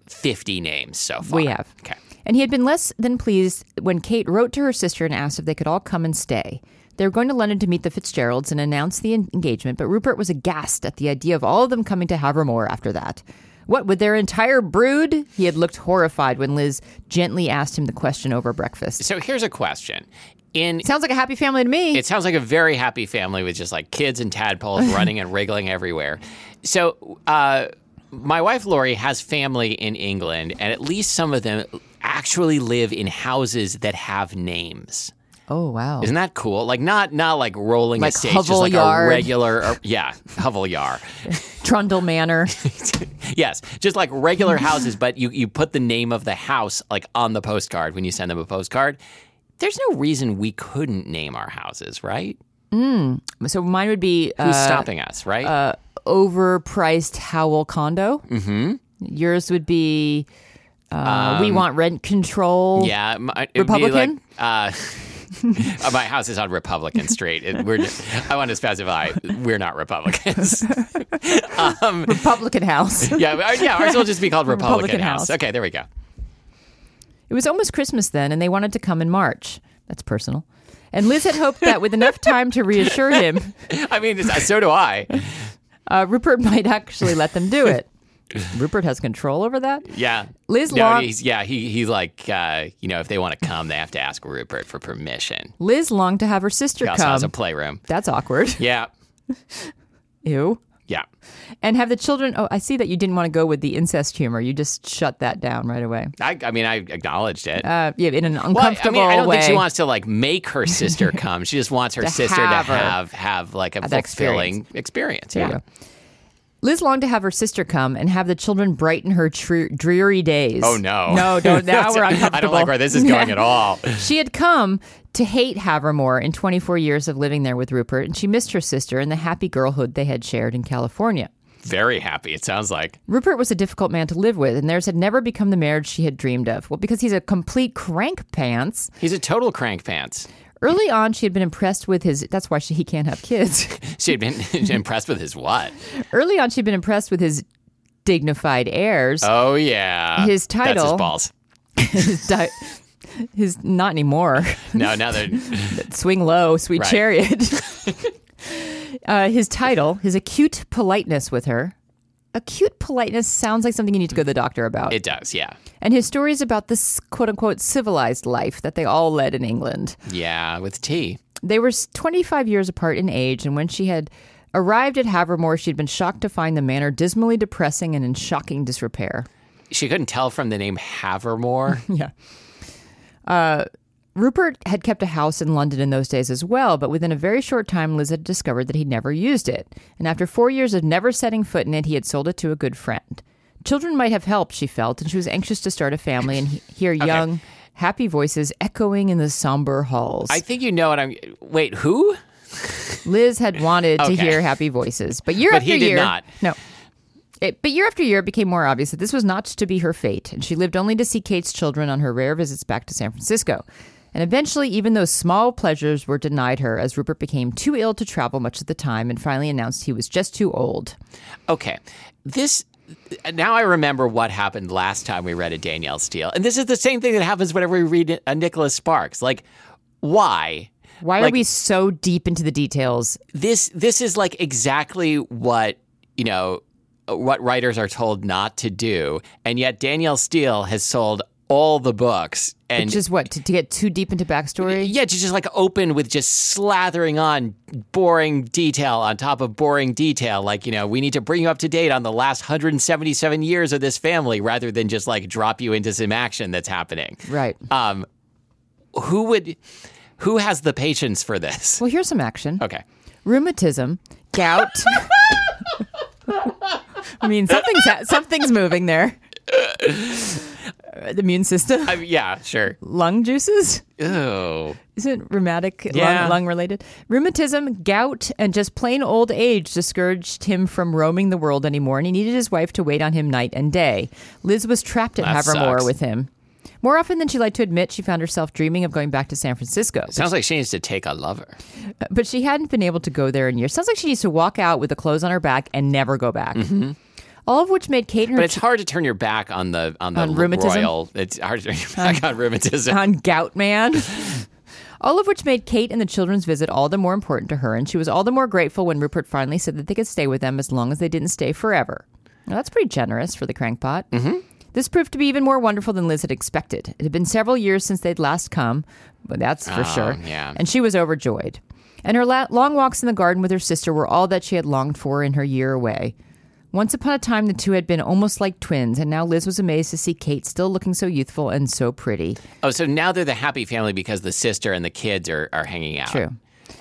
[SPEAKER 1] 50 names so far.
[SPEAKER 2] We have.
[SPEAKER 1] Okay.
[SPEAKER 2] And he had been less than pleased when Kate wrote to her sister and asked if they could all come and stay. They were going to London to meet the Fitzgeralds and announce the en- engagement, but Rupert was aghast at the idea of all of them coming to Havermore after that. What, with their entire brood? He had looked horrified when Liz gently asked him the question over breakfast.
[SPEAKER 1] So here's a question. In
[SPEAKER 2] Sounds like a happy family to me.
[SPEAKER 1] it sounds like a very happy family with just like kids and tadpoles running and wriggling everywhere. So, uh, my wife Lori has family in England, and at least some of them actually live in houses that have names.
[SPEAKER 2] oh, wow.
[SPEAKER 1] Isn't that cool? Like not not like rolling
[SPEAKER 2] Like
[SPEAKER 1] estates, just
[SPEAKER 2] hovel
[SPEAKER 1] like a
[SPEAKER 2] yard.
[SPEAKER 1] regular, or, yeah, hovel yard.
[SPEAKER 2] Trundle Manor.
[SPEAKER 1] yes, just like regular houses, but you you put the name of the house like on the postcard when you send them a postcard. There's no reason we couldn't name our houses, right?
[SPEAKER 2] so mine would be uh,
[SPEAKER 1] Who's stopping us, right?
[SPEAKER 2] overpriced Howell condo. Mm-hmm. Yours would be uh, we want rent control.
[SPEAKER 1] Yeah, m- it would be
[SPEAKER 2] Republican?
[SPEAKER 1] Like, uh, my house is on Republican Street. It, we're, I want to specify we're not Republicans.
[SPEAKER 2] Republican House.
[SPEAKER 1] yeah, our- yeah, ours will just be called Republican,
[SPEAKER 2] Republican
[SPEAKER 1] House.
[SPEAKER 2] House.
[SPEAKER 1] Okay, there we go.
[SPEAKER 2] It was almost Christmas then, and they wanted to come in March. That's personal. And Liz had hoped that with enough time to reassure him,
[SPEAKER 1] I mean, it's- so do I.
[SPEAKER 2] uh, Rupert might actually let them do it. Rupert has control over that.
[SPEAKER 1] Yeah,
[SPEAKER 2] Liz
[SPEAKER 1] No,
[SPEAKER 2] Long-
[SPEAKER 1] he's, yeah, he he's like uh, you know if they want to come, they have to ask Rupert for permission.
[SPEAKER 2] Liz longed to have her sister
[SPEAKER 1] He also
[SPEAKER 2] come.
[SPEAKER 1] has a playroom.
[SPEAKER 2] That's awkward.
[SPEAKER 1] Yeah,
[SPEAKER 2] Ew.
[SPEAKER 1] yeah.
[SPEAKER 2] And have the children. Oh, I see that you didn't want to go with the incest humor. You just shut that down right away.
[SPEAKER 1] I, I mean, I acknowledged it.
[SPEAKER 2] Uh, yeah, in an
[SPEAKER 1] Well, I
[SPEAKER 2] uncomfortable
[SPEAKER 1] mean, I don't
[SPEAKER 2] way.
[SPEAKER 1] think she wants to like make her sister come. She just wants her sister
[SPEAKER 2] have
[SPEAKER 1] to
[SPEAKER 2] her.
[SPEAKER 1] have have like a
[SPEAKER 2] that
[SPEAKER 1] fulfilling experience.
[SPEAKER 2] There
[SPEAKER 1] yeah.
[SPEAKER 2] you go. Liz longed to have her sister come and have the children brighten her tre- dreary days.
[SPEAKER 1] Oh no!
[SPEAKER 2] No, don't. Now we're uncomfortable.
[SPEAKER 1] I don't like where this is going at all.
[SPEAKER 2] She had come to hate Havermore in 24 years of living there with Rupert, and she missed her sister and the happy girlhood they had shared in California.
[SPEAKER 1] Very happy. It sounds like
[SPEAKER 2] Rupert was a difficult man to live with, and theirs had never become the marriage she had dreamed of. Well, because he's a complete crank pants.
[SPEAKER 1] he's a total crank pants.
[SPEAKER 2] Early on, she had been impressed with his. That's why she, he can't have kids.
[SPEAKER 1] She had been impressed with his what?
[SPEAKER 2] Early on, she'd been impressed with his dignified airs.
[SPEAKER 1] Oh yeah,
[SPEAKER 2] His
[SPEAKER 1] That's his
[SPEAKER 2] title.
[SPEAKER 1] balls.
[SPEAKER 2] his di- his not anymore.
[SPEAKER 1] No, now they're
[SPEAKER 2] Swing low, sweet
[SPEAKER 1] Right.
[SPEAKER 2] chariot. uh, his title, his acute politeness with her. Acute politeness sounds like something you need to go to the doctor about.
[SPEAKER 1] it does. Yeah,
[SPEAKER 2] and his stories about this quote unquote civilized life that they all led in England.
[SPEAKER 1] yeah, with T.
[SPEAKER 2] They were s- 25 years apart in age, and when she had arrived at Havermore, she'd been shocked to find the manor dismally depressing and in shocking disrepair.
[SPEAKER 1] She couldn't tell from the name Havermore.
[SPEAKER 2] Yeah. Rupert had kept a house in London in those days as well, but within a very short time, Liz had discovered that he never used it. And after four years of never setting foot in it, he had sold it to a good friend. Children might have helped, she felt, and she was anxious to start a family and he- hear young, happy voices echoing in the somber halls.
[SPEAKER 1] I think you know what I'm. Wait, who?
[SPEAKER 2] Liz had wanted
[SPEAKER 1] Okay.
[SPEAKER 2] to hear happy voices, but year
[SPEAKER 1] But
[SPEAKER 2] after
[SPEAKER 1] he did
[SPEAKER 2] year,
[SPEAKER 1] not.
[SPEAKER 2] no. It, but year after year, it became more obvious that this was not to be her fate, and she lived only to see Kate's children on her rare visits back to San Francisco. And eventually, even those small pleasures were denied her, as Rupert became too ill to travel much of the time, and finally announced he was just too old.
[SPEAKER 1] Okay. This now I remember what happened last time we read a Danielle Steele. And this is the same thing that happens whenever we read a Nicholas Sparks. Like why?
[SPEAKER 2] Why
[SPEAKER 1] Like-
[SPEAKER 2] are we so deep into the details?
[SPEAKER 1] This this is like exactly what, you know, what writers are told not to do. And yet Danielle Steele has sold all the books and
[SPEAKER 2] Just what to, to get too deep into backstory?
[SPEAKER 1] yeah, to just like open with just slathering on boring detail on top of boring detail. Like, you know, we need to bring you up to date on the last 177 years of this family rather than just like drop you into some action that's happening.
[SPEAKER 2] Right.
[SPEAKER 1] Um, who would, who has the patience for this?
[SPEAKER 2] well, here's some action.
[SPEAKER 1] Okay.
[SPEAKER 2] rheumatism, gout. I mean, something's something's moving there. Uh, The immune system,
[SPEAKER 1] I mean, yeah, sure.
[SPEAKER 2] lung juices,
[SPEAKER 1] Ew.
[SPEAKER 2] isn't rheumatic
[SPEAKER 1] Yeah.
[SPEAKER 2] lung, lung related? Rheumatism, gout, and just plain old age discouraged him from roaming the world anymore, and he needed his wife to wait on him night and day. Liz was trapped at
[SPEAKER 1] That
[SPEAKER 2] Havermore
[SPEAKER 1] sucks.
[SPEAKER 2] with him. More often than she liked to admit, she found herself dreaming of going back to San Francisco.
[SPEAKER 1] Sounds like she needs to take a lover.
[SPEAKER 2] But she hadn't been able to go there in years. Sounds like she needs to walk out with the clothes on her back and never go back. All of which made Kate and
[SPEAKER 1] But
[SPEAKER 2] her
[SPEAKER 1] it's hard to turn your back on the on the
[SPEAKER 2] On rheumatism? Uh,
[SPEAKER 1] royal. It's hard to turn your back on rheumatism.
[SPEAKER 2] on gout man. all of which made Kate and the children's visit all the more important to her, and she was all the more grateful when Rupert finally said that they could stay with them as long as they didn't stay forever. Now, that's pretty generous for the crankpot. Mm-hmm. This proved to be even more wonderful than Liz had expected. It had been several years since they'd last come, but that's for sure.
[SPEAKER 1] yeah.
[SPEAKER 2] And she was overjoyed. And her la- long walks in the garden with her sister were all that she had longed for in her year away. Once upon a time, the two had been almost like twins, and now Liz was amazed to see Kate still looking so youthful and so pretty.
[SPEAKER 1] Oh, so now they're the happy family because the sister and the kids are, are hanging out.
[SPEAKER 2] True.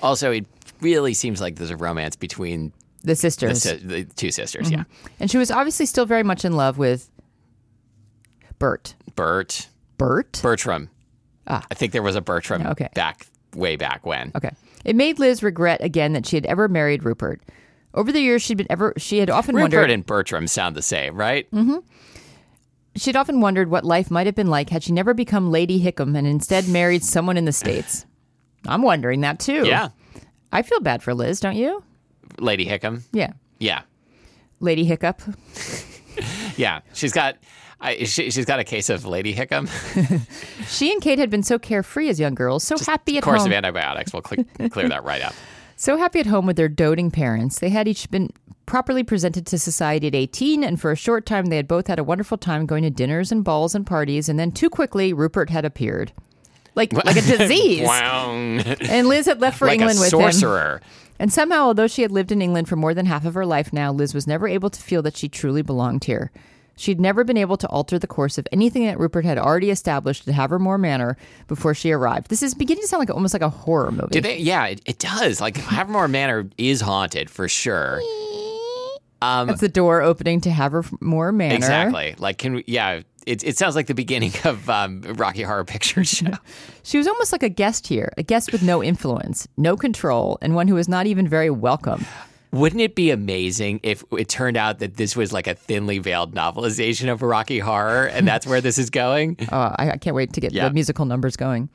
[SPEAKER 1] Also, it really seems like there's a romance between
[SPEAKER 2] The
[SPEAKER 1] the,
[SPEAKER 2] sisters.
[SPEAKER 1] si- the two sisters.
[SPEAKER 2] Mm-hmm.
[SPEAKER 1] Yeah.
[SPEAKER 2] And she was obviously still very much in love with Bert.
[SPEAKER 1] Bert,
[SPEAKER 2] Bert?
[SPEAKER 1] Bertram. I think there was a Bertram
[SPEAKER 2] Ah. Okay.
[SPEAKER 1] back way back when.
[SPEAKER 2] Okay. It made Liz regret again that she had ever married Rupert. Over the years, she'd been ever she had often
[SPEAKER 1] Rupert
[SPEAKER 2] wondered
[SPEAKER 1] and Bertram sound the same, right?
[SPEAKER 2] Mm-hmm. she'd often wondered what life might have been like had she never become Lady Hickam and instead married someone in the states. I'm wondering that too.
[SPEAKER 1] Yeah.
[SPEAKER 2] I feel bad for Liz, don't you?
[SPEAKER 1] Lady Hickam.
[SPEAKER 2] Yeah.
[SPEAKER 1] Yeah.
[SPEAKER 2] Lady Hiccup.
[SPEAKER 1] Yeah. She's got. I, she, she's got a case of Lady Hickam.
[SPEAKER 2] She and Kate had been so carefree as young girls, so happy at
[SPEAKER 1] Course
[SPEAKER 2] home.
[SPEAKER 1] of antibiotics. We'll cl- clear that right up.
[SPEAKER 2] So happy at home with their doting parents, they had each been properly presented to society at 18, and for a short time they had both had a wonderful time going to dinners and balls and parties, and then too quickly Rupert had appeared. Like, like a disease.
[SPEAKER 1] Wow.
[SPEAKER 2] And Liz had left for
[SPEAKER 1] like a
[SPEAKER 2] England with him.
[SPEAKER 1] sorcerer.
[SPEAKER 2] And somehow, although she had lived in England for more than half of her life now, Liz was never able to feel that she truly belonged here. She'd never been able to alter the course of anything that Rupert had already established at Havermore Manor before she arrived. This is beginning to sound like almost like a horror movie.
[SPEAKER 1] Do they? Yeah, it, it does. Like Havermore Manor is haunted for sure.
[SPEAKER 2] That's the door opening to Havermore Manor.
[SPEAKER 1] um, Exactly. Like, can we, yeah, it, it sounds like the beginning of um, Rocky Horror Picture Show.
[SPEAKER 2] She was almost like a guest here, a guest with no influence, no control, and one who was not even very welcome.
[SPEAKER 1] Wouldn't it be amazing if it turned out that this was like a thinly veiled novelization of Rocky Horror and that's where this is going?
[SPEAKER 2] Uh, I, I can't wait to get
[SPEAKER 1] Yeah.
[SPEAKER 2] the musical numbers going.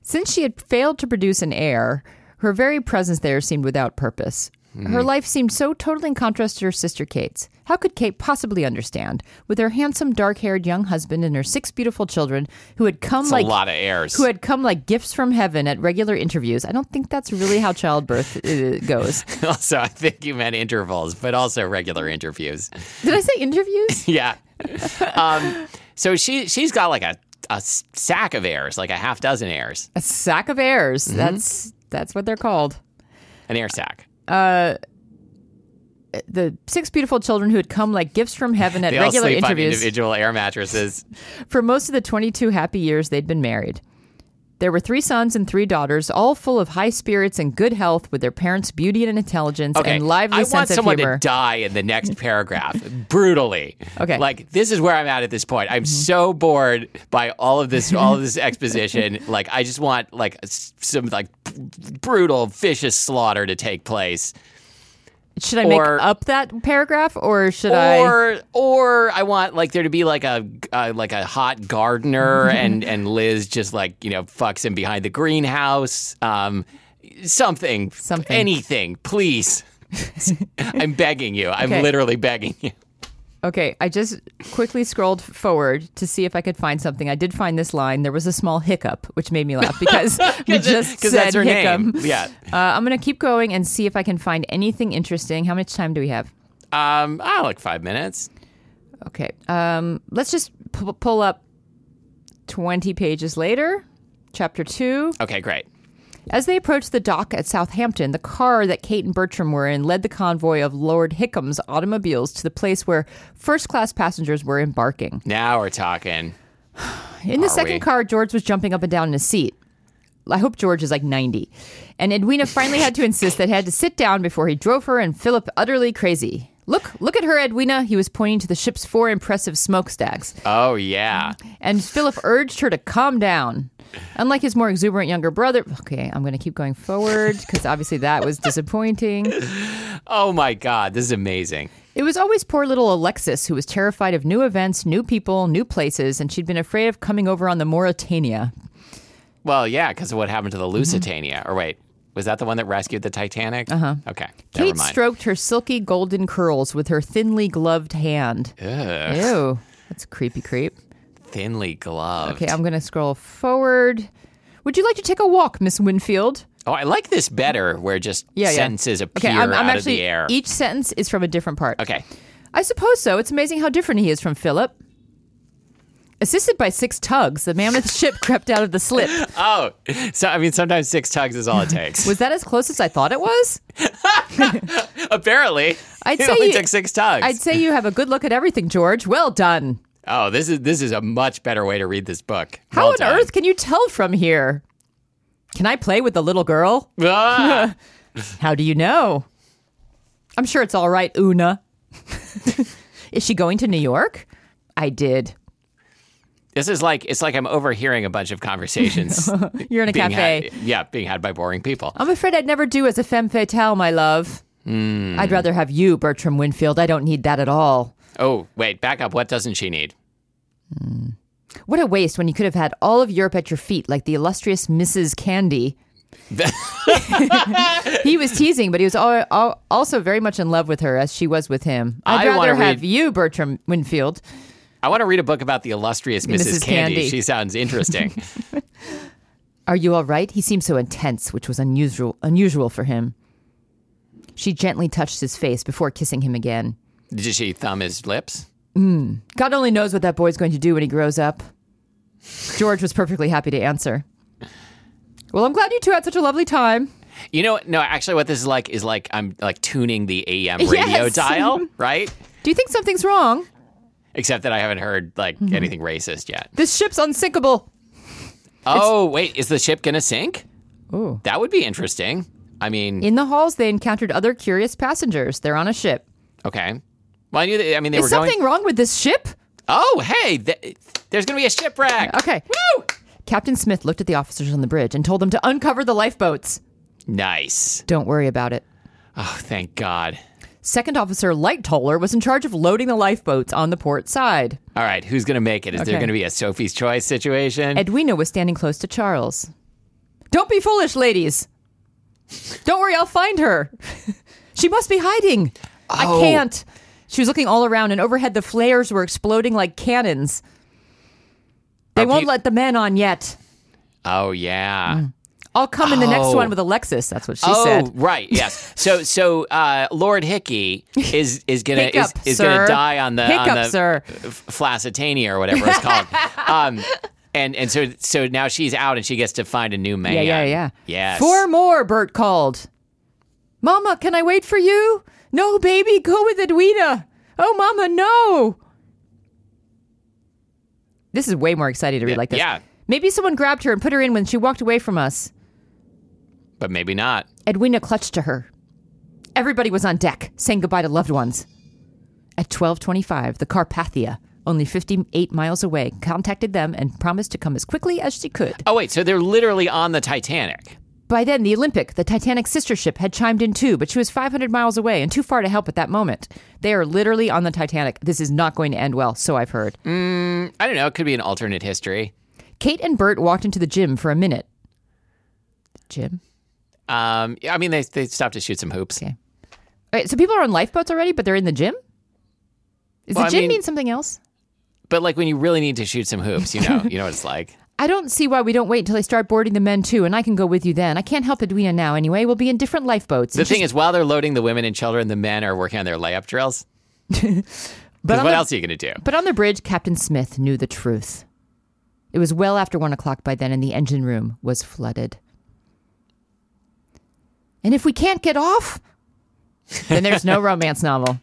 [SPEAKER 2] Since she had failed to produce an heir, her very presence there seemed without purpose.
[SPEAKER 1] Mm-hmm.
[SPEAKER 2] Her life seemed so totally in contrast to her sister Kate's. How could Kate possibly understand, with her handsome, dark haired young husband and her six beautiful children who had come
[SPEAKER 1] It's
[SPEAKER 2] like
[SPEAKER 1] a lot of airs.
[SPEAKER 2] who had come like gifts from heaven at regular interviews? I don't think that's really how childbirth uh, goes.
[SPEAKER 1] also, I think you meant intervals, but also regular interviews.
[SPEAKER 2] Did I say interviews?
[SPEAKER 1] yeah. Um, so she, she's got like a, a sack of airs, like a half dozen airs,
[SPEAKER 2] A sack of airs.
[SPEAKER 1] Mm-hmm.
[SPEAKER 2] That's that's what they're called.
[SPEAKER 1] an air sack.
[SPEAKER 2] The six beautiful children who had come like gifts from heaven at
[SPEAKER 1] They all
[SPEAKER 2] regular
[SPEAKER 1] sleep on
[SPEAKER 2] interviews
[SPEAKER 1] individual air mattresses.
[SPEAKER 2] for most of the 22 happy years they'd been married. There were three sons and three daughters, all full of high spirits and good health, with their parents' beauty and intelligence
[SPEAKER 1] Okay.
[SPEAKER 2] and lively
[SPEAKER 1] I
[SPEAKER 2] sense
[SPEAKER 1] want
[SPEAKER 2] of
[SPEAKER 1] someone
[SPEAKER 2] humor.
[SPEAKER 1] to die in the next paragraph brutally.
[SPEAKER 2] Okay. Mm-hmm.
[SPEAKER 1] Like this is where I'm at at this point. I'm so bored by all of this, all of this exposition. like I just want like s- some like b- brutal, vicious slaughter to take place,
[SPEAKER 2] should I make
[SPEAKER 1] or-
[SPEAKER 2] up that paragraph, or should I?
[SPEAKER 1] or or I want like there to be like a uh, like a hot gardener
[SPEAKER 2] Mm-hmm.
[SPEAKER 1] and and Liz just like you know fucks him behind the greenhouse. Um, something,
[SPEAKER 2] Something.
[SPEAKER 1] anything, please. I'm begging you. I'm
[SPEAKER 2] Okay.
[SPEAKER 1] literally begging you.
[SPEAKER 2] Okay, I just quickly scrolled forward to see if I could find something. I did find this line. There was a small hiccup, which made me laugh because we just said
[SPEAKER 1] that's her
[SPEAKER 2] hiccup.
[SPEAKER 1] name. Yeah.
[SPEAKER 2] Uh, I'm going to keep going and see if I can find anything interesting. How much time do we have?
[SPEAKER 1] Um, I like five minutes.
[SPEAKER 2] Okay. Um, let's just p- pull up 20 pages later, chapter two.
[SPEAKER 1] Okay, great.
[SPEAKER 2] As they approached the dock at Southampton, the car that Kate and Bertram were in led the convoy of Lord Hickham's automobiles to the place where first class passengers were embarking.
[SPEAKER 1] Now we're talking.
[SPEAKER 2] In the
[SPEAKER 1] Are
[SPEAKER 2] second
[SPEAKER 1] we?
[SPEAKER 2] car, George was jumping up and down in his seat. I hope George is like 90. And Edwina finally had to insist that he had to sit down before he drove her and Philip utterly crazy. Look, look at her, Edwina. He was pointing to the ship's four impressive smokestacks.
[SPEAKER 1] Oh yeah.
[SPEAKER 2] And Philip urged her to calm down. Unlike his more exuberant younger brother. Okay, I'm going to keep going forward because obviously that was disappointing.
[SPEAKER 1] Oh my God, this is amazing.
[SPEAKER 2] It was always poor little Alexis who was terrified of new events, new people, new places, and she'd been afraid of coming over on the Mauritania.
[SPEAKER 1] Well, yeah, because of what happened to
[SPEAKER 2] Mm-hmm.
[SPEAKER 1] the Lusitania. Or wait, was that the one that rescued the Titanic? Uh huh. Okay, never
[SPEAKER 2] Uh-huh. Kate
[SPEAKER 1] mind.
[SPEAKER 2] stroked her silky golden curls with her thinly gloved hand.
[SPEAKER 1] Ugh,
[SPEAKER 2] Ew, that's a creepy creep.
[SPEAKER 1] thinly gloved.
[SPEAKER 2] Okay, I'm going to scroll forward. Would you like to take a walk, Miss Winfield?
[SPEAKER 1] Oh, I like this better, where just
[SPEAKER 2] Yeah, yeah.
[SPEAKER 1] sentences appear
[SPEAKER 2] okay, I'm, I'm
[SPEAKER 1] out
[SPEAKER 2] actually.
[SPEAKER 1] of the air.
[SPEAKER 2] Each sentence is from a different part.
[SPEAKER 1] okay.
[SPEAKER 2] I suppose so. It's amazing how different he is from Philip. Assisted by six tugs, the mammoth ship crept out of the slip.
[SPEAKER 1] Oh, so I mean, sometimes six tugs is all it takes.
[SPEAKER 2] Was that as close as I thought it was?
[SPEAKER 1] Apparently,
[SPEAKER 2] I'd
[SPEAKER 1] it
[SPEAKER 2] say
[SPEAKER 1] only
[SPEAKER 2] you-
[SPEAKER 1] took six tugs.
[SPEAKER 2] I'd say you have a good look at everything, George. Well done.
[SPEAKER 1] Oh, this is this is a much better way to read this book.
[SPEAKER 2] How
[SPEAKER 1] Well
[SPEAKER 2] on
[SPEAKER 1] done.
[SPEAKER 2] earth can you tell from here? Can I play with the little girl?
[SPEAKER 1] Ah!
[SPEAKER 2] How do you know? I'm sure it's all right, Una. Is she going to New York? I did.
[SPEAKER 1] This is like it's like I'm overhearing a bunch of conversations
[SPEAKER 2] You're in a
[SPEAKER 1] being
[SPEAKER 2] cafe.
[SPEAKER 1] had, yeah, being had by boring people.
[SPEAKER 2] I'm afraid I'd never do as a femme fatale, my love.
[SPEAKER 1] Hmm.
[SPEAKER 2] I'd rather have you, Bertram Winfield. I don't need that at all.
[SPEAKER 1] Oh, wait, back up. What doesn't she need?
[SPEAKER 2] What a waste when you could have had all of Europe at your feet, like the illustrious Mrs. Candy. he was teasing, but he was al- al- also very much in love with her as she was with him. I'd
[SPEAKER 1] I
[SPEAKER 2] rather
[SPEAKER 1] wanna
[SPEAKER 2] have
[SPEAKER 1] read-
[SPEAKER 2] you, Bertram Winfield.
[SPEAKER 1] I want to read a book about the illustrious Mrs.
[SPEAKER 2] Mrs.
[SPEAKER 1] Candy.
[SPEAKER 2] Candy.
[SPEAKER 1] She sounds interesting.
[SPEAKER 2] Are you all right? He seemed so intense, which was unusual unusual for him. She gently touched his face before kissing him again.
[SPEAKER 1] Did she thumb his lips?
[SPEAKER 2] God only knows what that boy's going to do when he grows up. George was perfectly happy to answer. Well, I'm glad you two had such a lovely time.
[SPEAKER 1] You know, no, actually what this is like is like I'm like tuning the AM radio
[SPEAKER 2] Yes.
[SPEAKER 1] dial, right?
[SPEAKER 2] Do you think something's wrong?
[SPEAKER 1] Except that I haven't heard like
[SPEAKER 2] Mm-hmm.
[SPEAKER 1] anything racist yet.
[SPEAKER 2] This ship's unsinkable.
[SPEAKER 1] Oh, wait, is the ship going to sink?
[SPEAKER 2] Ooh.
[SPEAKER 1] That would be interesting. I mean,
[SPEAKER 2] In the halls, they encountered other curious passengers. They're on a ship.
[SPEAKER 1] okay. Well, I knew that, I mean they
[SPEAKER 2] Is
[SPEAKER 1] were
[SPEAKER 2] something
[SPEAKER 1] going
[SPEAKER 2] wrong with this ship?
[SPEAKER 1] Oh, hey, th- there's going to be a shipwreck.
[SPEAKER 2] Okay. Woo! Captain Smith looked at the officers on the bridge and told them to uncover the lifeboats.
[SPEAKER 1] Nice.
[SPEAKER 2] Don't worry about it.
[SPEAKER 1] Oh, thank God.
[SPEAKER 2] Second officer Light Toller was in charge of loading the lifeboats on the port side.
[SPEAKER 1] All right, who's going to make it? Is there
[SPEAKER 2] Okay.
[SPEAKER 1] going to be a Sophie's Choice situation?
[SPEAKER 2] Edwina was standing close to Charles. Don't be foolish, ladies. Don't worry, I'll find her. she must be hiding. I
[SPEAKER 1] Oh.
[SPEAKER 2] can't. She was looking all around, and overhead the flares were exploding like cannons. They
[SPEAKER 1] Are
[SPEAKER 2] won't
[SPEAKER 1] peo-
[SPEAKER 2] let the men on yet.
[SPEAKER 1] oh,
[SPEAKER 2] Mm.
[SPEAKER 1] yeah.
[SPEAKER 2] I'll come in the next
[SPEAKER 1] Oh.
[SPEAKER 2] one with Alexis. That's what she
[SPEAKER 1] oh,
[SPEAKER 2] said.
[SPEAKER 1] right. Yes. So, so uh, Lord Hickey is is gonna
[SPEAKER 2] Hiccup,
[SPEAKER 1] is, is
[SPEAKER 2] sir.
[SPEAKER 1] gonna die on the on
[SPEAKER 2] Hiccup,
[SPEAKER 1] the
[SPEAKER 2] sir.
[SPEAKER 1] f- flacitania or whatever it's called. um, and and so so now she's out and she gets to find a new man.
[SPEAKER 2] Yeah, yeah, yeah.
[SPEAKER 1] Yes.
[SPEAKER 2] Four more, Bert called. Mama, can I wait for you? No, baby, go with Edwina. Oh, Mama, no. This is way more exciting to read like this.
[SPEAKER 1] yeah.
[SPEAKER 2] Maybe someone grabbed her and put her in when she walked away from us.
[SPEAKER 1] but maybe not.
[SPEAKER 2] Edwina clutched to her. Everybody was on deck, saying goodbye to loved ones. At 12:25, the Carpathia, only 58 miles away, contacted them and promised to come as quickly as she could.
[SPEAKER 1] Oh wait, so they're literally on the Titanic.
[SPEAKER 2] By then, the Olympic, the Titanic's sister ship, had chimed in too, but she was 500 miles away and too far to help at that moment. They are literally on the Titanic. This is not going to end well, so I've heard.
[SPEAKER 1] Mm. I don't know. It could be an alternate history.
[SPEAKER 2] Kate and Bert walked into the gym for a minute. Gym?
[SPEAKER 1] Um, I mean, they they stopped to shoot some hoops.
[SPEAKER 2] Okay. All right, so people are on lifeboats already, but they're in the gym? Does
[SPEAKER 1] Well, I
[SPEAKER 2] the gym
[SPEAKER 1] mean-
[SPEAKER 2] mean something else?
[SPEAKER 1] But like when you really need to shoot some hoops, you know, you know what it's like.
[SPEAKER 2] I don't see why we don't wait until they start boarding the men too, and I can go with you then. I can't help Edwina now anyway. We'll be in different lifeboats.
[SPEAKER 1] The thing is, while they're loading the women and children, the men are working on their layup drills. 'Cause
[SPEAKER 2] on
[SPEAKER 1] what
[SPEAKER 2] the-
[SPEAKER 1] else are you going to do?
[SPEAKER 2] But on the bridge, Captain Smith knew the truth. It was well after one o'clock by then, and the engine room was flooded. And if we can't get off, then there's no romance novel.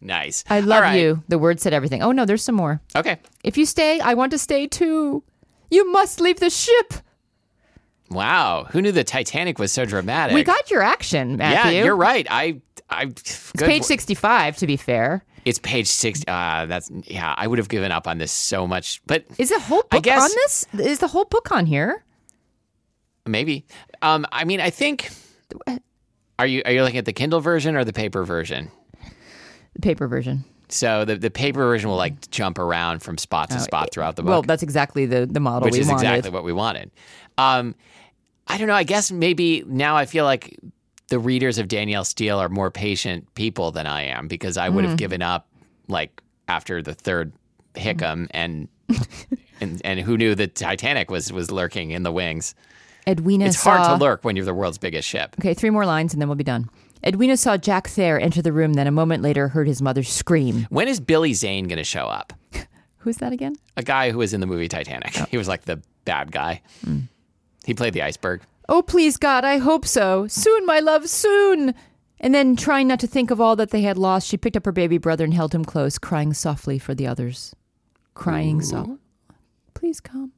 [SPEAKER 1] Nice.
[SPEAKER 2] I
[SPEAKER 1] All
[SPEAKER 2] love
[SPEAKER 1] right.
[SPEAKER 2] you. The word said everything. Oh no, there's some more.
[SPEAKER 1] Okay.
[SPEAKER 2] If you stay, I want to stay too. You must leave the ship.
[SPEAKER 1] Wow. Who knew the Titanic was so dramatic?
[SPEAKER 2] We got your action,
[SPEAKER 1] yeah,
[SPEAKER 2] Matthew.
[SPEAKER 1] you're right. I, I. good
[SPEAKER 2] Page
[SPEAKER 1] wo-
[SPEAKER 2] 65, to be fair.
[SPEAKER 1] It's page six. Uh, that's yeah. I would have given up on this so much, but
[SPEAKER 2] Is the whole book
[SPEAKER 1] I guess-
[SPEAKER 2] on this? Is the whole book on here?
[SPEAKER 1] maybe. Um, I mean, I think. Are you are you looking at the Kindle version or the paper version?
[SPEAKER 2] The paper version.
[SPEAKER 1] So the, the paper version will like jump around from spot to
[SPEAKER 2] Oh,
[SPEAKER 1] spot throughout the book.
[SPEAKER 2] Well, that's exactly the, the model
[SPEAKER 1] which
[SPEAKER 2] we
[SPEAKER 1] is
[SPEAKER 2] wanted.
[SPEAKER 1] exactly what we wanted. Um, I don't know. I guess maybe now I feel like the readers of Danielle Steele are more patient people than I am because I would have given up like after the third Hickam and. And, and who knew that Titanic was was lurking in the wings?
[SPEAKER 2] Edwina
[SPEAKER 1] It's
[SPEAKER 2] saw...
[SPEAKER 1] hard to lurk when you're the world's biggest ship.
[SPEAKER 2] Okay, three more lines and then we'll be done. Edwina saw Jack Thayer enter the room, then a moment later heard his mother scream.
[SPEAKER 1] When is Billy Zane going to show up?
[SPEAKER 2] Who's that again?
[SPEAKER 1] A guy who was in the movie Titanic. He was like the bad guy. He played the iceberg.
[SPEAKER 2] Oh, please, God, I hope so. Soon, my love, soon. And then, trying not to think of all that they had lost, she picked up her baby brother and held him close, crying softly for the others. Crying softly. Please come.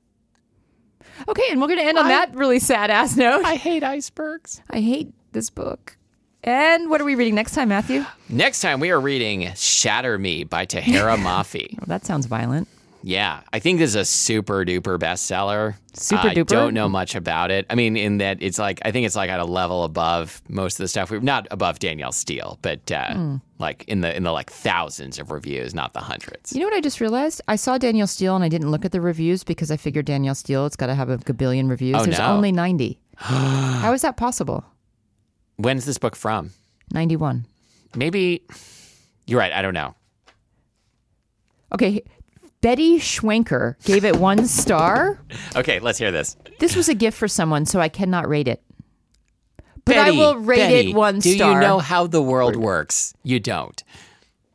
[SPEAKER 2] Okay, and we're going to end on that really sad ass note.
[SPEAKER 1] I hate icebergs.
[SPEAKER 2] I hate this book. And what are we reading next time, Matthew? Well,
[SPEAKER 1] Next time we are reading Shatter Me by Tahara Mafi.
[SPEAKER 2] that sounds violent.
[SPEAKER 1] Yeah, I think this is a super duper bestseller.
[SPEAKER 2] Super
[SPEAKER 1] I
[SPEAKER 2] duper?
[SPEAKER 1] don't know much about it. I mean, in that it's like I think it's like at a level above most of the stuff we're not above Danielle Steele, but uh,
[SPEAKER 2] Hmm.
[SPEAKER 1] like in the in the like thousands of reviews, not the hundreds.
[SPEAKER 2] You know what I just realized? I saw Danielle Steele and I didn't look at the reviews because I figured Danielle Steele, it's got to have a gabillion reviews. There's
[SPEAKER 1] Oh, no.
[SPEAKER 2] only 90. How is that possible?
[SPEAKER 1] When's this book from?
[SPEAKER 2] 91.
[SPEAKER 1] Maybe you're right. I don't know.
[SPEAKER 2] Okay. Betty Schwenker gave it one star.
[SPEAKER 1] Okay, let's hear this.
[SPEAKER 2] This was a gift for someone, so I cannot rate it. But I
[SPEAKER 1] Betty,
[SPEAKER 2] will rate
[SPEAKER 1] Betty,
[SPEAKER 2] it one
[SPEAKER 1] do
[SPEAKER 2] star.
[SPEAKER 1] you know how the world works? You don't.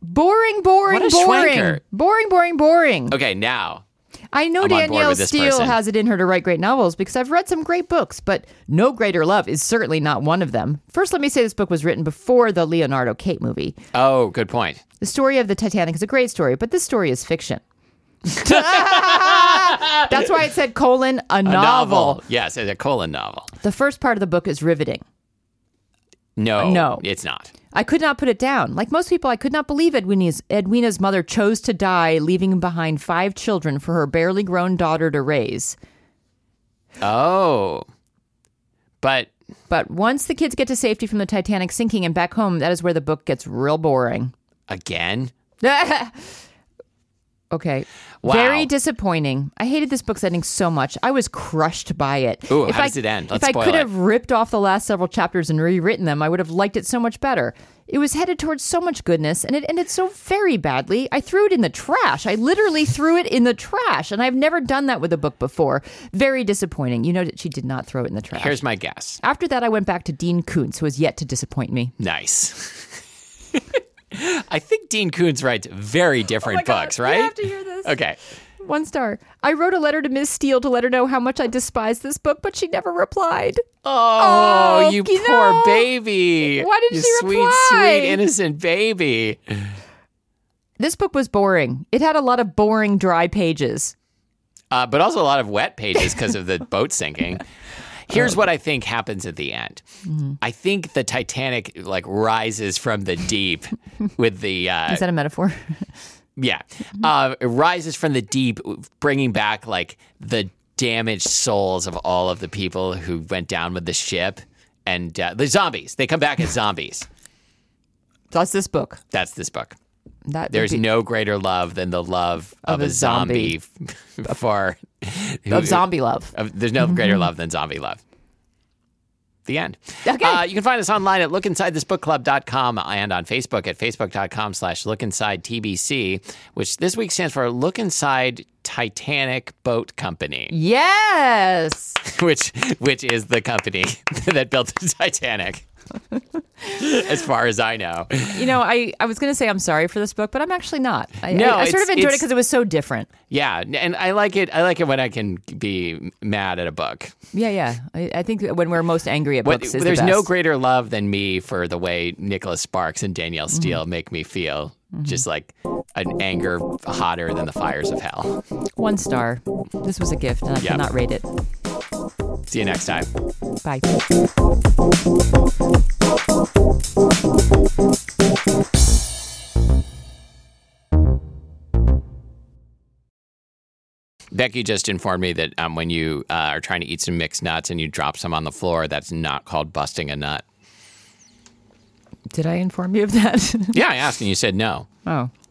[SPEAKER 2] boring, boring,
[SPEAKER 1] What a
[SPEAKER 2] boring.
[SPEAKER 1] Schwenker.
[SPEAKER 2] Boring, boring, boring.
[SPEAKER 1] Okay, now
[SPEAKER 2] I know
[SPEAKER 1] I'm on board
[SPEAKER 2] Danielle
[SPEAKER 1] with this
[SPEAKER 2] Steele
[SPEAKER 1] person.
[SPEAKER 2] has it in her to write great novels because I've read some great books, but No Greater Love is certainly not one of them. First, let me say this book was written before the Leonardo Kate movie.
[SPEAKER 1] Oh, good point.
[SPEAKER 2] The story of the Titanic is a great story, but this story is fiction. That's why it said colon a, novel.
[SPEAKER 1] Yes, a colon novel.
[SPEAKER 2] The first part of the book is riveting.
[SPEAKER 1] No,
[SPEAKER 2] no.
[SPEAKER 1] it's not.
[SPEAKER 2] I could not put it down. Like most people, I could not believe Edwina's, Edwina's mother chose to die, leaving behind five children for her barely grown daughter to raise.
[SPEAKER 1] Oh, but
[SPEAKER 2] But once the kids get to safety from the Titanic sinking and back home, that is where the book gets real boring.
[SPEAKER 1] again,
[SPEAKER 2] okay.
[SPEAKER 1] Wow.
[SPEAKER 2] Very disappointing. I hated this book's ending so much. I was crushed by it.
[SPEAKER 1] Ooh, how does it end? Let's
[SPEAKER 2] if
[SPEAKER 1] spoil
[SPEAKER 2] I could
[SPEAKER 1] it.
[SPEAKER 2] have ripped off the last several chapters and rewritten them, I would have liked it so much better. It was headed towards so much goodness and it ended so very badly. I threw it in the trash. I literally threw it in the trash, and I've never done that with a book before. Very disappointing. You know that she did not throw it in the trash.
[SPEAKER 1] here's my guess.
[SPEAKER 2] After that, I went back to Dean Koontz, who has yet to disappoint me.
[SPEAKER 1] Nice. I think Dean Koontz writes
[SPEAKER 2] Oh
[SPEAKER 1] very different books, right?
[SPEAKER 2] hear this.
[SPEAKER 1] Okay.
[SPEAKER 2] One star. I wrote a letter to Miss Steele to let her know how much I despise this book, but she never replied.
[SPEAKER 1] Oh,
[SPEAKER 2] Oh,
[SPEAKER 1] you
[SPEAKER 2] you
[SPEAKER 1] poor
[SPEAKER 2] know.
[SPEAKER 1] baby.
[SPEAKER 2] Why didn't
[SPEAKER 1] you
[SPEAKER 2] she
[SPEAKER 1] sweet,
[SPEAKER 2] reply?
[SPEAKER 1] sweet, innocent baby.
[SPEAKER 2] This book was boring. It had a lot of boring, dry pages.
[SPEAKER 1] uh, but also a lot of wet pages because of the boat sinking. Here's what I think happens at the end.
[SPEAKER 2] Mm-hmm.
[SPEAKER 1] I think the Titanic like rises from the deep with the uh,
[SPEAKER 2] Is that Mm-hmm. a metaphor?
[SPEAKER 1] yeah, uh, it rises from the deep, bringing back like the damaged souls of all of the people who went down with the ship and uh, the zombies. They come back as zombies.
[SPEAKER 2] That's this book.
[SPEAKER 1] That's this book.
[SPEAKER 2] That would
[SPEAKER 1] There's
[SPEAKER 2] be-
[SPEAKER 1] no greater love than the love of,
[SPEAKER 2] a
[SPEAKER 1] a zombie, f- for
[SPEAKER 2] of zombie love.
[SPEAKER 1] Of, there's no greater love than zombie love. The end.
[SPEAKER 2] Okay.
[SPEAKER 1] Uh, you can find us online at lookinsidethisbookclub.com and on Facebook at facebook.com slash lookinsidetbc, which this week stands for Look Inside Titanic Boat Company,
[SPEAKER 2] Yes.
[SPEAKER 1] which which is the company that built the Titanic, as far as I know.
[SPEAKER 2] You know, I, I was going to say I'm sorry for this book, but I'm actually not. I,
[SPEAKER 1] No,
[SPEAKER 2] I, I
[SPEAKER 1] it's-
[SPEAKER 2] sort of enjoyed it
[SPEAKER 1] it's-
[SPEAKER 2] because it was so different.
[SPEAKER 1] Yeah, and I like it. I like it when I can be mad at a book.
[SPEAKER 2] Yeah, yeah. I, I think when we're most angry at
[SPEAKER 1] But
[SPEAKER 2] books is
[SPEAKER 1] there's
[SPEAKER 2] the best.
[SPEAKER 1] no greater love than me for the way Nicholas Sparks and
[SPEAKER 2] Mm-hmm.
[SPEAKER 1] Danielle Steele make me feel just like an anger hotter than the fires of hell.
[SPEAKER 2] One star. This was a gift, and I
[SPEAKER 1] Yeah.
[SPEAKER 2] cannot rate it.
[SPEAKER 1] See you next time.
[SPEAKER 2] Bye.
[SPEAKER 1] Becky just informed me that um, when you uh, are trying to eat some mixed nuts and you drop some on the floor, that's not called busting a nut.
[SPEAKER 2] Did I inform you of that?
[SPEAKER 1] Yeah, I asked and you said no.
[SPEAKER 2] oh.